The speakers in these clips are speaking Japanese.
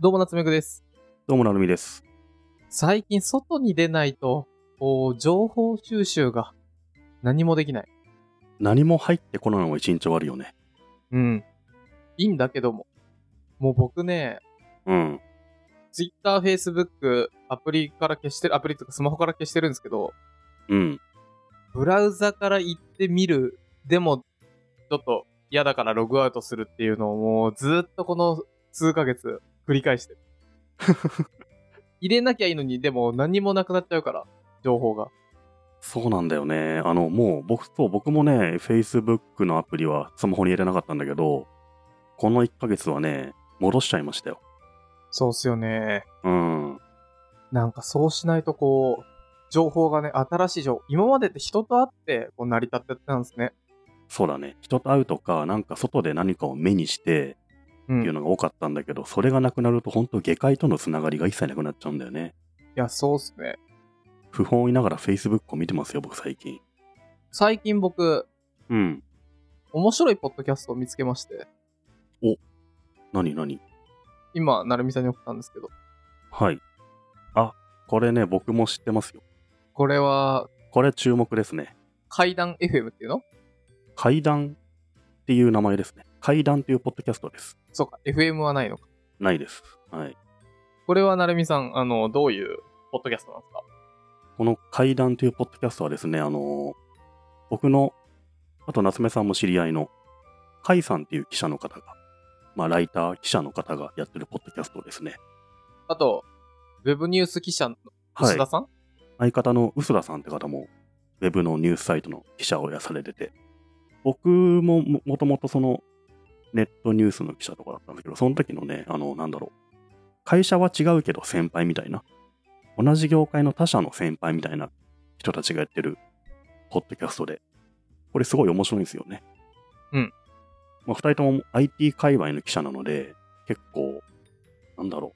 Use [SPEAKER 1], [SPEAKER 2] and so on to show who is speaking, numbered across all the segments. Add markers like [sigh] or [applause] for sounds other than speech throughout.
[SPEAKER 1] どうも、夏目くです。
[SPEAKER 2] どうもなるみです。
[SPEAKER 1] 最近、外に出ないと、こう情報収集が何もできない。
[SPEAKER 2] 何も入ってこないのが一日終わるよね。
[SPEAKER 1] うん。いいんだけども。もう僕ね、
[SPEAKER 2] うん。
[SPEAKER 1] Twitter、Facebook、アプリから消してる、アプリとかスマホから消してるんですけど、
[SPEAKER 2] うん。
[SPEAKER 1] ブラウザから行ってみる、でも、ちょっと嫌だからログアウトするっていうのをもうずっとこの数ヶ月繰り返してる。 [laughs] 入れなきゃいいのに、でも何もなくなっちゃうから、情報が。
[SPEAKER 2] そうなんだよね。あの、もう僕と、僕もね、Facebook のアプリはスマホに入れなかったんだけど、この1ヶ月はね、戻しちゃいましたよ。
[SPEAKER 1] そうっすよね。
[SPEAKER 2] うん。
[SPEAKER 1] なんかそうしないとこう、情報がね、新しい情報、今までって人と会ってこう成り立ってたんですね。
[SPEAKER 2] そうだね。人と会うとか、なんか外で何かを目にして
[SPEAKER 1] う
[SPEAKER 2] っ
[SPEAKER 1] ん。
[SPEAKER 2] ていう
[SPEAKER 1] い
[SPEAKER 2] のが多かったんだけど、それがなくなると、本当下界とのつながりが一切なくなっちゃうんだよね。
[SPEAKER 1] や、そうっすね。
[SPEAKER 2] 不本意ながら Facebook を見てますよ、僕最近。
[SPEAKER 1] 最近僕、
[SPEAKER 2] うん。
[SPEAKER 1] 面白いポッドキャストを見つけまして、
[SPEAKER 2] 何何
[SPEAKER 1] 今、なるみさんに送ったんですけど、
[SPEAKER 2] はい。あ、これね、僕も知ってますよ。
[SPEAKER 1] これは、
[SPEAKER 2] これ注目ですね。
[SPEAKER 1] 階段 FM っていうの
[SPEAKER 2] 階段っていう名前ですね。階段っていうポッドキャストです。
[SPEAKER 1] そうか、FM はないのか。
[SPEAKER 2] ないです。はい。
[SPEAKER 1] これはなるみさん、あの、どういうポッドキャストなんですか
[SPEAKER 2] この階段というポッドキャストはですね、あのー僕の、あと夏目さんも知り合いの、甲斐さんっていう記者の方が、まあライター記者の方がやってるポッドキャストですね。
[SPEAKER 1] あと、ウェブニュース記者の
[SPEAKER 2] は
[SPEAKER 1] 石
[SPEAKER 2] い
[SPEAKER 1] 田。さん、
[SPEAKER 2] 相方の臼田さんって方も、ウェブのニュースサイトの記者をやされてて、僕もももともとその、ネットニュースの記者とかだったんだけど、その時のね、あの、なんだろう、会社は違うけど先輩みたいな、同じ業界の他社の先輩みたいな人たちがやってる、ポッドキャストで、これすごい面白いんですよね。
[SPEAKER 1] うん。
[SPEAKER 2] まあ、二人とも IT 界隈の記者なので、結構、なんだろ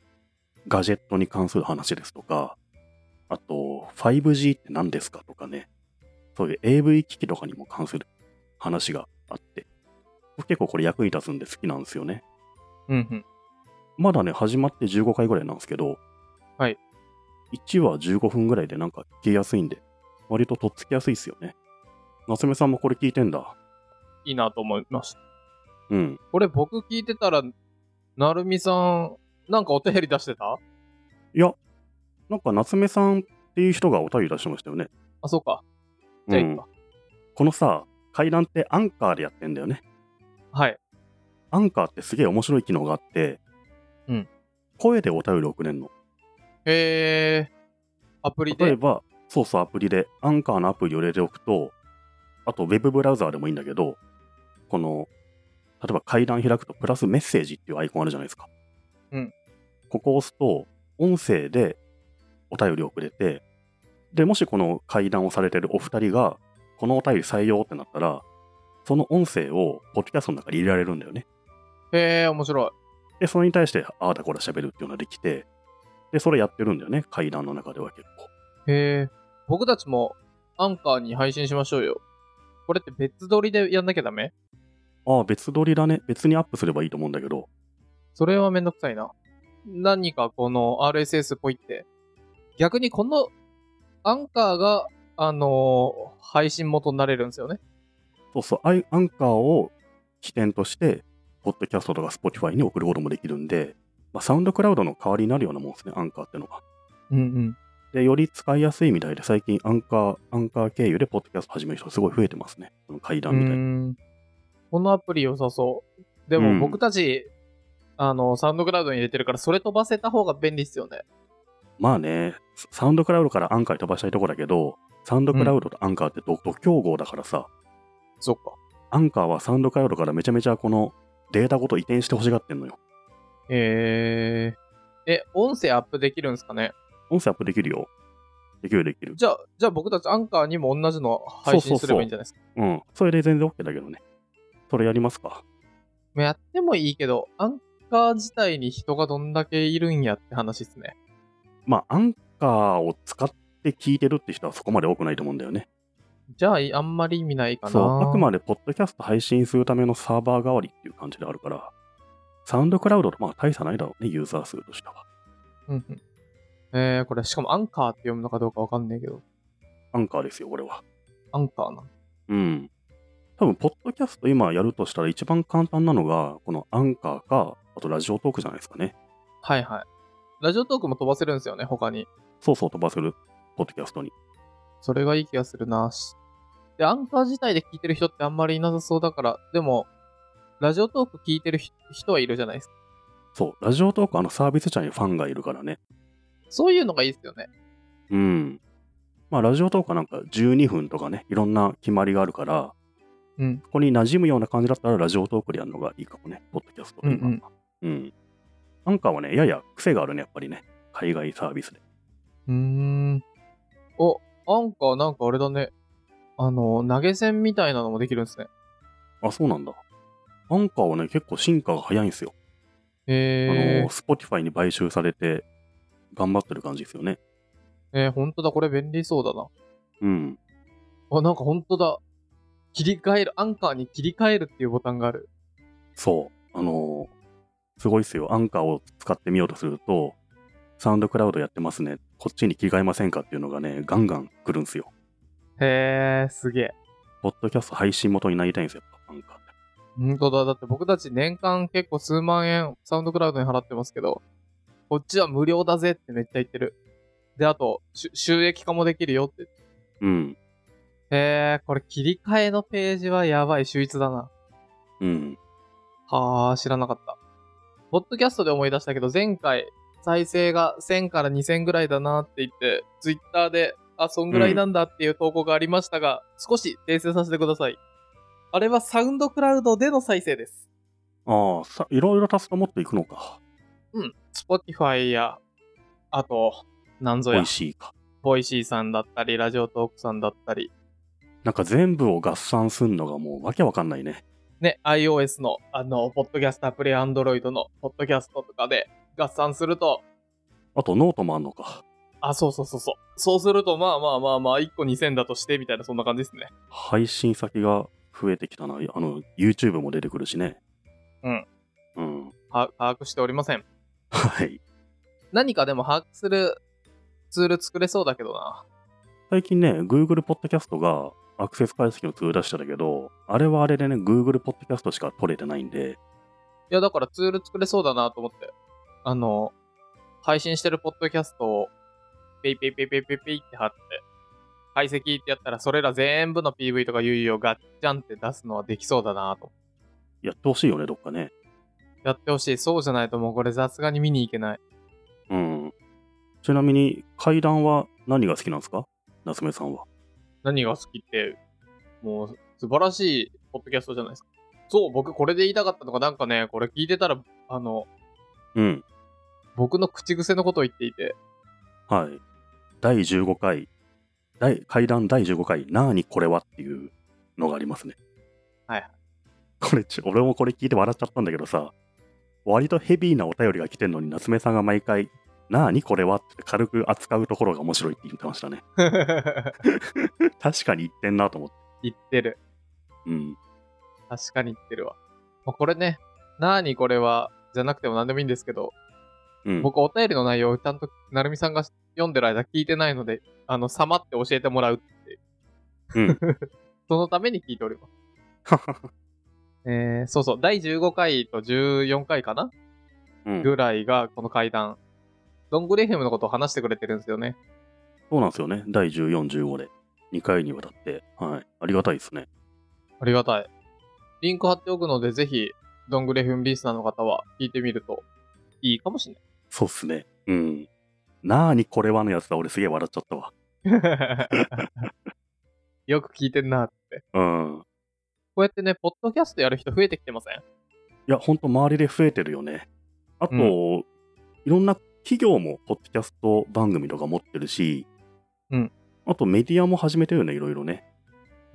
[SPEAKER 2] う、ガジェットに関する話ですとか、あと、5G って何ですかとかね、そういう AV 機器とかにも関する話があって、僕結構これ役に立つんで好きなんですよね。
[SPEAKER 1] うんうん。
[SPEAKER 2] まだね、始まって15回ぐらいなんですけど、
[SPEAKER 1] はい。
[SPEAKER 2] 1話15分ぐらいでなんか聞きやすいんで、割ととっつきやすいですよね。夏目さんもこれ聞いてんだ。
[SPEAKER 1] いいなと思いました。
[SPEAKER 2] うん。
[SPEAKER 1] これ僕聞いてたら、なるみさん、なんかお手減り出してた
[SPEAKER 2] いや、なんか夏目さんっていう人がお便り出してましたよね。
[SPEAKER 1] あ、そうか。じゃあ
[SPEAKER 2] う
[SPEAKER 1] いい
[SPEAKER 2] ん
[SPEAKER 1] か。
[SPEAKER 2] このさ、階段ってアンカーでやってんだよね。
[SPEAKER 1] はい。
[SPEAKER 2] アンカーってすげえ面白い機能があって、
[SPEAKER 1] うん
[SPEAKER 2] 声でお便り送れんの。
[SPEAKER 1] へえ。アプリ
[SPEAKER 2] 例え
[SPEAKER 1] で。
[SPEAKER 2] ば、そうそう、アプリで、アンカーのアプリを入れておくと、あと、ウェブブラウザーでもいいんだけど、この、例えば階段開くと、プラスメッセージっていうアイコンあるじゃないですか。
[SPEAKER 1] うん
[SPEAKER 2] ここを押すと、音声でお便りをくれて、で、もしこの階段をされてるお二人が、このお便り採用ってなったら、その音声を、ポッドキャストの中に入れられるんだよね。
[SPEAKER 1] へえ、面白い。
[SPEAKER 2] で、それに対して、ああだこら喋るっていうのができて、で、それやってるんだよね、階段の中では結構。
[SPEAKER 1] へえ。僕たちもアンカーに配信しましょうよ。これって別撮りでやんなきゃダメ
[SPEAKER 2] ああ、別撮りだね。別にアップすればいいと思うんだけど、
[SPEAKER 1] それはめんどくさいな。何かこの RSS っぽいって。逆にこのアンカーが、あのー配信元になれるんですよね。
[SPEAKER 2] そうそう、アイアンカーを起点として、ポッドキャストとか Spotify に送ることもできるんで、まあ、サウンドクラウドの代わりになるようなもんですね、アンカーってのが。
[SPEAKER 1] うんうん。
[SPEAKER 2] で、より使いやすいみたいで、最近アンカー、アンカー経由でポッドキャスト始める人すごい増えてますね。この階段みたいな。
[SPEAKER 1] このアプリ良さそう。で
[SPEAKER 2] う
[SPEAKER 1] も
[SPEAKER 2] ん
[SPEAKER 1] 僕たち、あの、サウンドクラウドに入れてるから、それ飛ばせた方が便利っすよね。
[SPEAKER 2] まあね、ササウンドクラウドからアンカーに飛ばしたいとこだけど、サウンドクラウドとアンカーってど度競合だからさ、
[SPEAKER 1] そっか。
[SPEAKER 2] アンカーはサウンドクラウドからめちゃめちゃこのデータごと移転して欲しがってんのよ。
[SPEAKER 1] えー、え、音声アップできるんですかね
[SPEAKER 2] 音声アップできるよ。できるできる。
[SPEAKER 1] じゃあ、じゃあ僕たちアンカーにも同じの配信すればいいんじゃないですか
[SPEAKER 2] うん。それで全然 OK だけどね。それやりますか。
[SPEAKER 1] まあやってもいいけど、アンカー自体に人がどんだけいるんやって話ですね。
[SPEAKER 2] まあ、アンカーを使って聞いてるって人はそこまで多くないと思うんだよね。
[SPEAKER 1] じゃあ、あんまり意味ないかな。
[SPEAKER 2] そう。あくまでポッドキャスト配信するためのサーバー代わりっていう感じであるから、サウンドクラウドとまあ大差ないだろうね、ユーザー数としては。
[SPEAKER 1] うんうん。えー、これ、しかもアンカーって読むのかどうかわかんないけど、
[SPEAKER 2] アンカーですよ、これは。
[SPEAKER 1] アンカーな。
[SPEAKER 2] うん。多分、ポッドキャスト今やるとしたら一番簡単なのが、このアンカーか、あとラジオトークじゃないですかね。
[SPEAKER 1] はいはい。ラジオトークも飛ばせるんですよね、他に。
[SPEAKER 2] そうそう飛ばせる、ポッドキャストに。
[SPEAKER 1] それがいい気がするな。しで、アンカー自体で聞いてる人ってあんまりいなさそうだから、でも、ラジオトーク聞いてるひ人はいるじゃないですか。
[SPEAKER 2] そう、ラジオトークあのサービス社にファンがいるからね。
[SPEAKER 1] そういうのがいいですよね。
[SPEAKER 2] うん。まあ、ラジオトークはなんか12分とかね、いろんな決まりがあるから、
[SPEAKER 1] うん
[SPEAKER 2] ここに馴染むような感じだったら、ラジオトークでやるのがいいかもね、ポッドキャストというか
[SPEAKER 1] うん
[SPEAKER 2] うんアンカーはね、やや癖があるね、やっぱりね。海外サービスで。
[SPEAKER 1] うーん。お、アンカーなんかあれだね。あの、投げ銭みたいなのもできるんですね。
[SPEAKER 2] あ、そうなんだ。アンカーはね、結構進化が早いんですよ。あ
[SPEAKER 1] え
[SPEAKER 2] の、
[SPEAKER 1] ー、
[SPEAKER 2] Spotify に買収されて、頑張ってる感じですよね。
[SPEAKER 1] えー、ほんとだ、これ便利そうだな。
[SPEAKER 2] うん。
[SPEAKER 1] あ、なんかほんとだ。切り替える、アンカーに切り替えるっていうボタンがある。
[SPEAKER 2] そう。あのーすごいっすよ。アンカーを使ってみようとすると、サウンドクラウドやってますね。こっちに着替えませんかっていうのがね、ガンガン来るんすよ。
[SPEAKER 1] へー、すげえ。
[SPEAKER 2] ポッドキャスト配信元になりたいんですよ、やっぱアンカーって。
[SPEAKER 1] ほんとだ。だって僕たち年間結構数万円サウンドクラウドに払ってますけど、こっちは無料だぜってめっちゃ言ってる。で、あと、し収益化もできるよって。
[SPEAKER 2] うん。
[SPEAKER 1] へー、これ切り替えのページはやばい、秀逸だな。
[SPEAKER 2] うん。
[SPEAKER 1] はあ、知らなかった。ポッドキャストで思い出したけど、前回、再生が1000から2000ぐらいだなって言って、ツイッターで、あ、そんぐらいなんだっていう投稿がありましたが、少し訂正させてください。あれはサウンドクラウドでの再生です。
[SPEAKER 2] ああ、さ、いろいろ足すともっといくのか。
[SPEAKER 1] Spotify や、あと、なんぞ
[SPEAKER 2] 美
[SPEAKER 1] や
[SPEAKER 2] 味、しいか。
[SPEAKER 1] ボイシーさんだったり、ラジオトークさんだったり、
[SPEAKER 2] なんか全部を合算すんのがもうわけわかんないね。
[SPEAKER 1] ね、iOS の、あの、ポッドキャストアプリ、Android の、ポッドキャストとかで合算すると、
[SPEAKER 2] あとノートもあんのか。
[SPEAKER 1] あ、そうそうそうそう。そうすると、まあまあまあまあ、1個2000だとして、みたいな、そんな感じですね。
[SPEAKER 2] 配信先が増えてきたな。あの、YouTube も出てくるしね。
[SPEAKER 1] うん。
[SPEAKER 2] うん。 [laughs]
[SPEAKER 1] は把握しておりません。
[SPEAKER 2] はい。
[SPEAKER 1] 何かでも把握するツール作れそうだけどな。
[SPEAKER 2] 最近ね、Google ポッドキャストがアクセス解析のツール出したんだけど、あれはあれでね、Google ポッドキャストしか取れてないんで、
[SPEAKER 1] いや、だからツール作れそうだなと思って。あの、配信してるポッドキャストを、ペイペイペイペイペイペイって貼って、解析ってやったら、それら全部の PV とか UE をガッチャンって出すのはできそうだなと。
[SPEAKER 2] やってほしいよね、どっかね。
[SPEAKER 1] やってほしい。そうじゃないともうこれ雑がに見に行けない。
[SPEAKER 2] うん。ちなみに、階段は何が好きなんですか夏目さんは。
[SPEAKER 1] 何が好きって、もう素晴らしいポッドキャストじゃないですか。そう、僕これで言いたかったのが、なんかね、これ聞いてたら、あの、
[SPEAKER 2] うん。
[SPEAKER 1] 僕の口癖のことを言っていて、 [laughs]
[SPEAKER 2] はい。第15回、第階段第15回、なーにこれはっていうのがありますね。
[SPEAKER 1] はい。
[SPEAKER 2] これち、俺もこれ聞いて笑っちゃったんだけどさ、割とヘビーなお便りが来てんのに、夏目さんが毎回、なーにこれはって軽く扱うところが面白いって言ってましたね。 [laughs] 確かに言ってんなと思って。
[SPEAKER 1] 言ってる。
[SPEAKER 2] うん。
[SPEAKER 1] 確かに言ってるわ。まあこれね、なーにこれは、じゃなくても何でもいいんですけど、
[SPEAKER 2] うん、
[SPEAKER 1] 僕お便りの内容をちゃんと、なるみさんが読んでる間聞いてないので、あの、さまって教えてもらうっていう。
[SPEAKER 2] うん。
[SPEAKER 1] [laughs] そのために聞いており
[SPEAKER 2] [laughs]
[SPEAKER 1] ます。えー、そうそう、第15回と14回かな
[SPEAKER 2] うん
[SPEAKER 1] ぐらいがこの階段。ドングレヘムのことを話してくれてるんですよね。
[SPEAKER 2] そうなんですよね。第14、15で2回にわたって、はい。ありがたいですね。
[SPEAKER 1] ありがたい。リンク貼っておくので、ぜひ、ドングレヘムリスナーの方は聞いてみるといいかもしれない。
[SPEAKER 2] そうっすね。うん。なーにこれはのやつだ。俺すげえ笑っちゃったわ。
[SPEAKER 1] [laughs] よく聞いてんなって。
[SPEAKER 2] うん。
[SPEAKER 1] こうやってね、ポッドキャストやる人増えてきてません
[SPEAKER 2] いや、ほんと周りで増えてるよね。あと、
[SPEAKER 1] うん
[SPEAKER 2] いろんな企業もポッドキャスト番組とか持ってるし、
[SPEAKER 1] うん。
[SPEAKER 2] あとメディアも始めてるよね、いろいろね。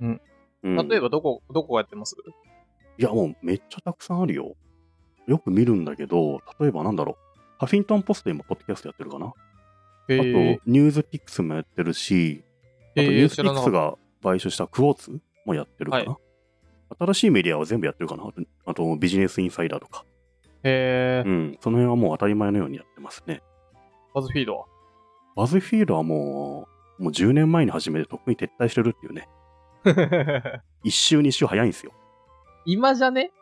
[SPEAKER 1] うん。
[SPEAKER 2] うん、
[SPEAKER 1] 例えばどこ、どこがやってます
[SPEAKER 2] いや、もうめっちゃたくさんあるよ。よく見るんだけど、例えばなんだろう。ハフィントンポスト今、ポッドキャストやってるかな。あ
[SPEAKER 1] へ
[SPEAKER 2] と、
[SPEAKER 1] ー
[SPEAKER 2] ニュースピックスもやってるし、あと、ニ
[SPEAKER 1] へ
[SPEAKER 2] ュ
[SPEAKER 1] ー
[SPEAKER 2] ースピックスが買収したクォーツもやってるかな。
[SPEAKER 1] は
[SPEAKER 2] 新しいメディアは全部やってるかな。あと、あとビジネスインサイダーとか。
[SPEAKER 1] へえ
[SPEAKER 2] う、ん。その辺はもう当たり前のようにやってますね。
[SPEAKER 1] バズフィードは。
[SPEAKER 2] バズフィードはもう、もう10年前に始めてとっくに撤退してるっていうね。一周二周早いんですよ。
[SPEAKER 1] [laughs] 今じゃね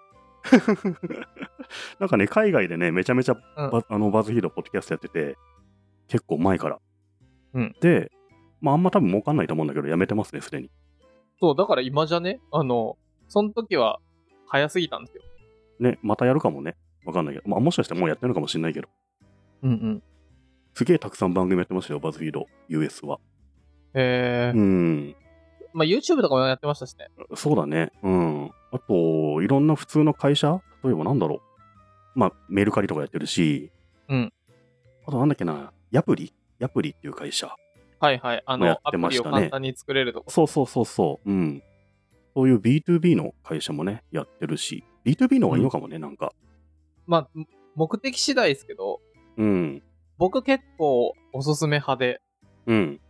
[SPEAKER 2] なんかね、海外でね、めちゃめちゃ
[SPEAKER 1] うん
[SPEAKER 2] バ,、あのバズフィードポッドキャストやってて、結構前から。
[SPEAKER 1] うん
[SPEAKER 2] で、まああんま多分儲かんないと思うんだけど、やめてますね、すでに。
[SPEAKER 1] そう、だから今じゃねあの、その時は早すぎたんですよ。
[SPEAKER 2] ね、またやるかもね。わかんないけど。まあもしかしてもうやってるのかもしれないけど。
[SPEAKER 1] うんうん。
[SPEAKER 2] すげえたくさん番組やってましたよ、バズフィード、US は。
[SPEAKER 1] へえ、
[SPEAKER 2] うん。
[SPEAKER 1] まあ YouTube とかもやってましたしね。
[SPEAKER 2] そうだね。うん。あと、いろんな普通の会社例えばなんだろう。まあ、メルカリとかやってるし。
[SPEAKER 1] うん。
[SPEAKER 2] あとなんだっけな、ヤプリヤプリっていう会社。
[SPEAKER 1] はいはい。あ
[SPEAKER 2] や
[SPEAKER 1] の
[SPEAKER 2] っ、
[SPEAKER 1] ア
[SPEAKER 2] て
[SPEAKER 1] プ
[SPEAKER 2] ま
[SPEAKER 1] リ
[SPEAKER 2] し
[SPEAKER 1] を
[SPEAKER 2] たね
[SPEAKER 1] 簡単に作れるとこ。
[SPEAKER 2] そうそうそうそう。うん。そういう B2B の会社もね、やってるし。B2B の方がいいのかもね、なんか。
[SPEAKER 1] まあ、目的次第ですけど、
[SPEAKER 2] うん。
[SPEAKER 1] 僕結構おすすめ派で、
[SPEAKER 2] うん。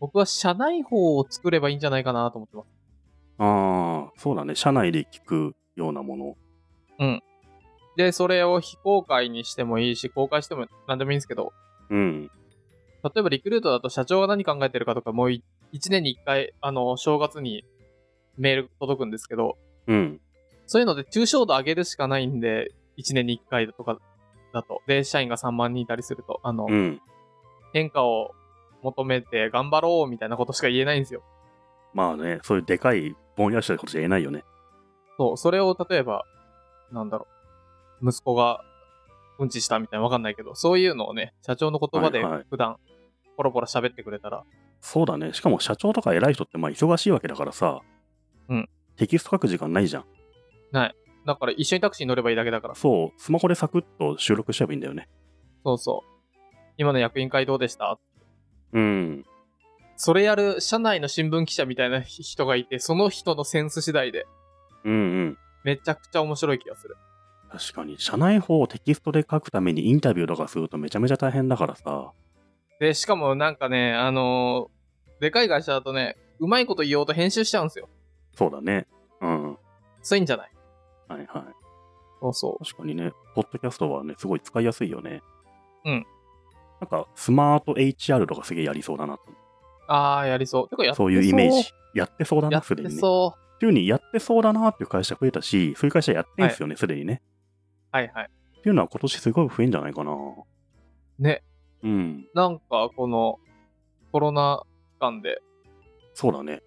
[SPEAKER 1] 僕は社内法を作ればいいんじゃないかなと思ってます。
[SPEAKER 2] ああ、そうだね。社内で聞くようなもの。
[SPEAKER 1] で、それを非公開にしてもいいし、公開しても何でもいいんですけど、
[SPEAKER 2] うん。
[SPEAKER 1] 例えばリクルートだと社長が何考えてるかとか、もう1年に1回、あの、正月にメール届くんですけど、
[SPEAKER 2] うん。
[SPEAKER 1] そういうので抽象度上げるしかないんで、1年に1回とかだと。で、社員が3万人いたりすると、あの、
[SPEAKER 2] うん。
[SPEAKER 1] 変化を求めて頑張ろうみたいなことしか言えないんですよ。
[SPEAKER 2] まあね、そういうでかい、ぼんやりしたことじゃ言えないよね。
[SPEAKER 1] そう、それを例えば、なんだろう、息子がうんちしたみたいなわかんないけど、そういうのをね、社長の言葉で
[SPEAKER 2] はいはい
[SPEAKER 1] 普段、ポロポロ喋ってくれたら、
[SPEAKER 2] そうだね。しかも社長とか偉い人ってまあ忙しいわけだからさ。
[SPEAKER 1] うん
[SPEAKER 2] テキスト書く時間ないじゃん。
[SPEAKER 1] だから一緒にタクシーに乗ればいいだけだから、
[SPEAKER 2] そう、スマホでサクッと収録しちゃえばいいんだよね。
[SPEAKER 1] そうそう。今の役員会どうでした
[SPEAKER 2] うん。
[SPEAKER 1] それやる社内の新聞記者みたいな人がいて、その人のセンス次第で、
[SPEAKER 2] うんうん。
[SPEAKER 1] めちゃくちゃ面白い気がする。
[SPEAKER 2] 確かに。社内法をテキストで書くためにインタビューとかするとめちゃめちゃ大変だからさ。
[SPEAKER 1] で、しかもなんかね、あのーでかい会社だとね、うまいこと言おうと編集しちゃうんですよ。
[SPEAKER 2] そうだね。うん。は
[SPEAKER 1] そういうんじゃない
[SPEAKER 2] いはい。
[SPEAKER 1] そうそ
[SPEAKER 2] 確かにね、ポッドキャストはね、すごい使いやすいよね。
[SPEAKER 1] うん。
[SPEAKER 2] なんか、スマート HR とかすげえやりそうだなと。
[SPEAKER 1] う。ああ、やりそう。てかやって
[SPEAKER 2] そういうイメー
[SPEAKER 1] そ
[SPEAKER 2] ジ。やってそうだ
[SPEAKER 1] う。や
[SPEAKER 2] な、す
[SPEAKER 1] っ
[SPEAKER 2] でに
[SPEAKER 1] て
[SPEAKER 2] ね。
[SPEAKER 1] そう。
[SPEAKER 2] っていうにやってそうだなっていう会社増えたし、そういう会社やってんすよね、すで、にね。
[SPEAKER 1] はいはい。
[SPEAKER 2] っていうのは今年すごい増えんじゃないかな。
[SPEAKER 1] ね、
[SPEAKER 2] うん。
[SPEAKER 1] なんかこのコロナ期間で、
[SPEAKER 2] そうだね。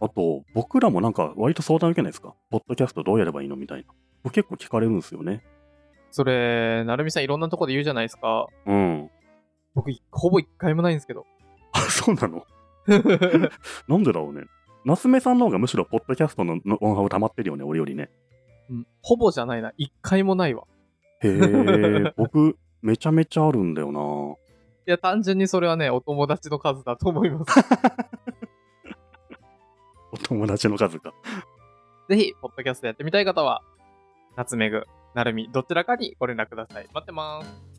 [SPEAKER 2] あと、僕らもなんか割と相談受けないですかポッドキャストどうやればいいのみたいな。僕結構聞かれるんですよね。
[SPEAKER 1] それ、なるみさんいろんなとこで言うじゃないですか。
[SPEAKER 2] うん。 [laughs]
[SPEAKER 1] 僕、ほぼ一回もないんですけど。
[SPEAKER 2] あ、そうなのなんでだろうね。夏目さんの方がむしろポッドキャストのノウハウ溜まってるよね、俺よりね。
[SPEAKER 1] うんほぼじゃないな。一回もないわ。
[SPEAKER 2] へえ、僕、めちゃめちゃあるんだよな。
[SPEAKER 1] いや、単純にそれはね、お友達の数だと思います。
[SPEAKER 2] お友達の数が。
[SPEAKER 1] ぜひ、ポッドキャストやってみたい方は、夏めぐ、なるみ、どちらかにご連絡ください。待ってます。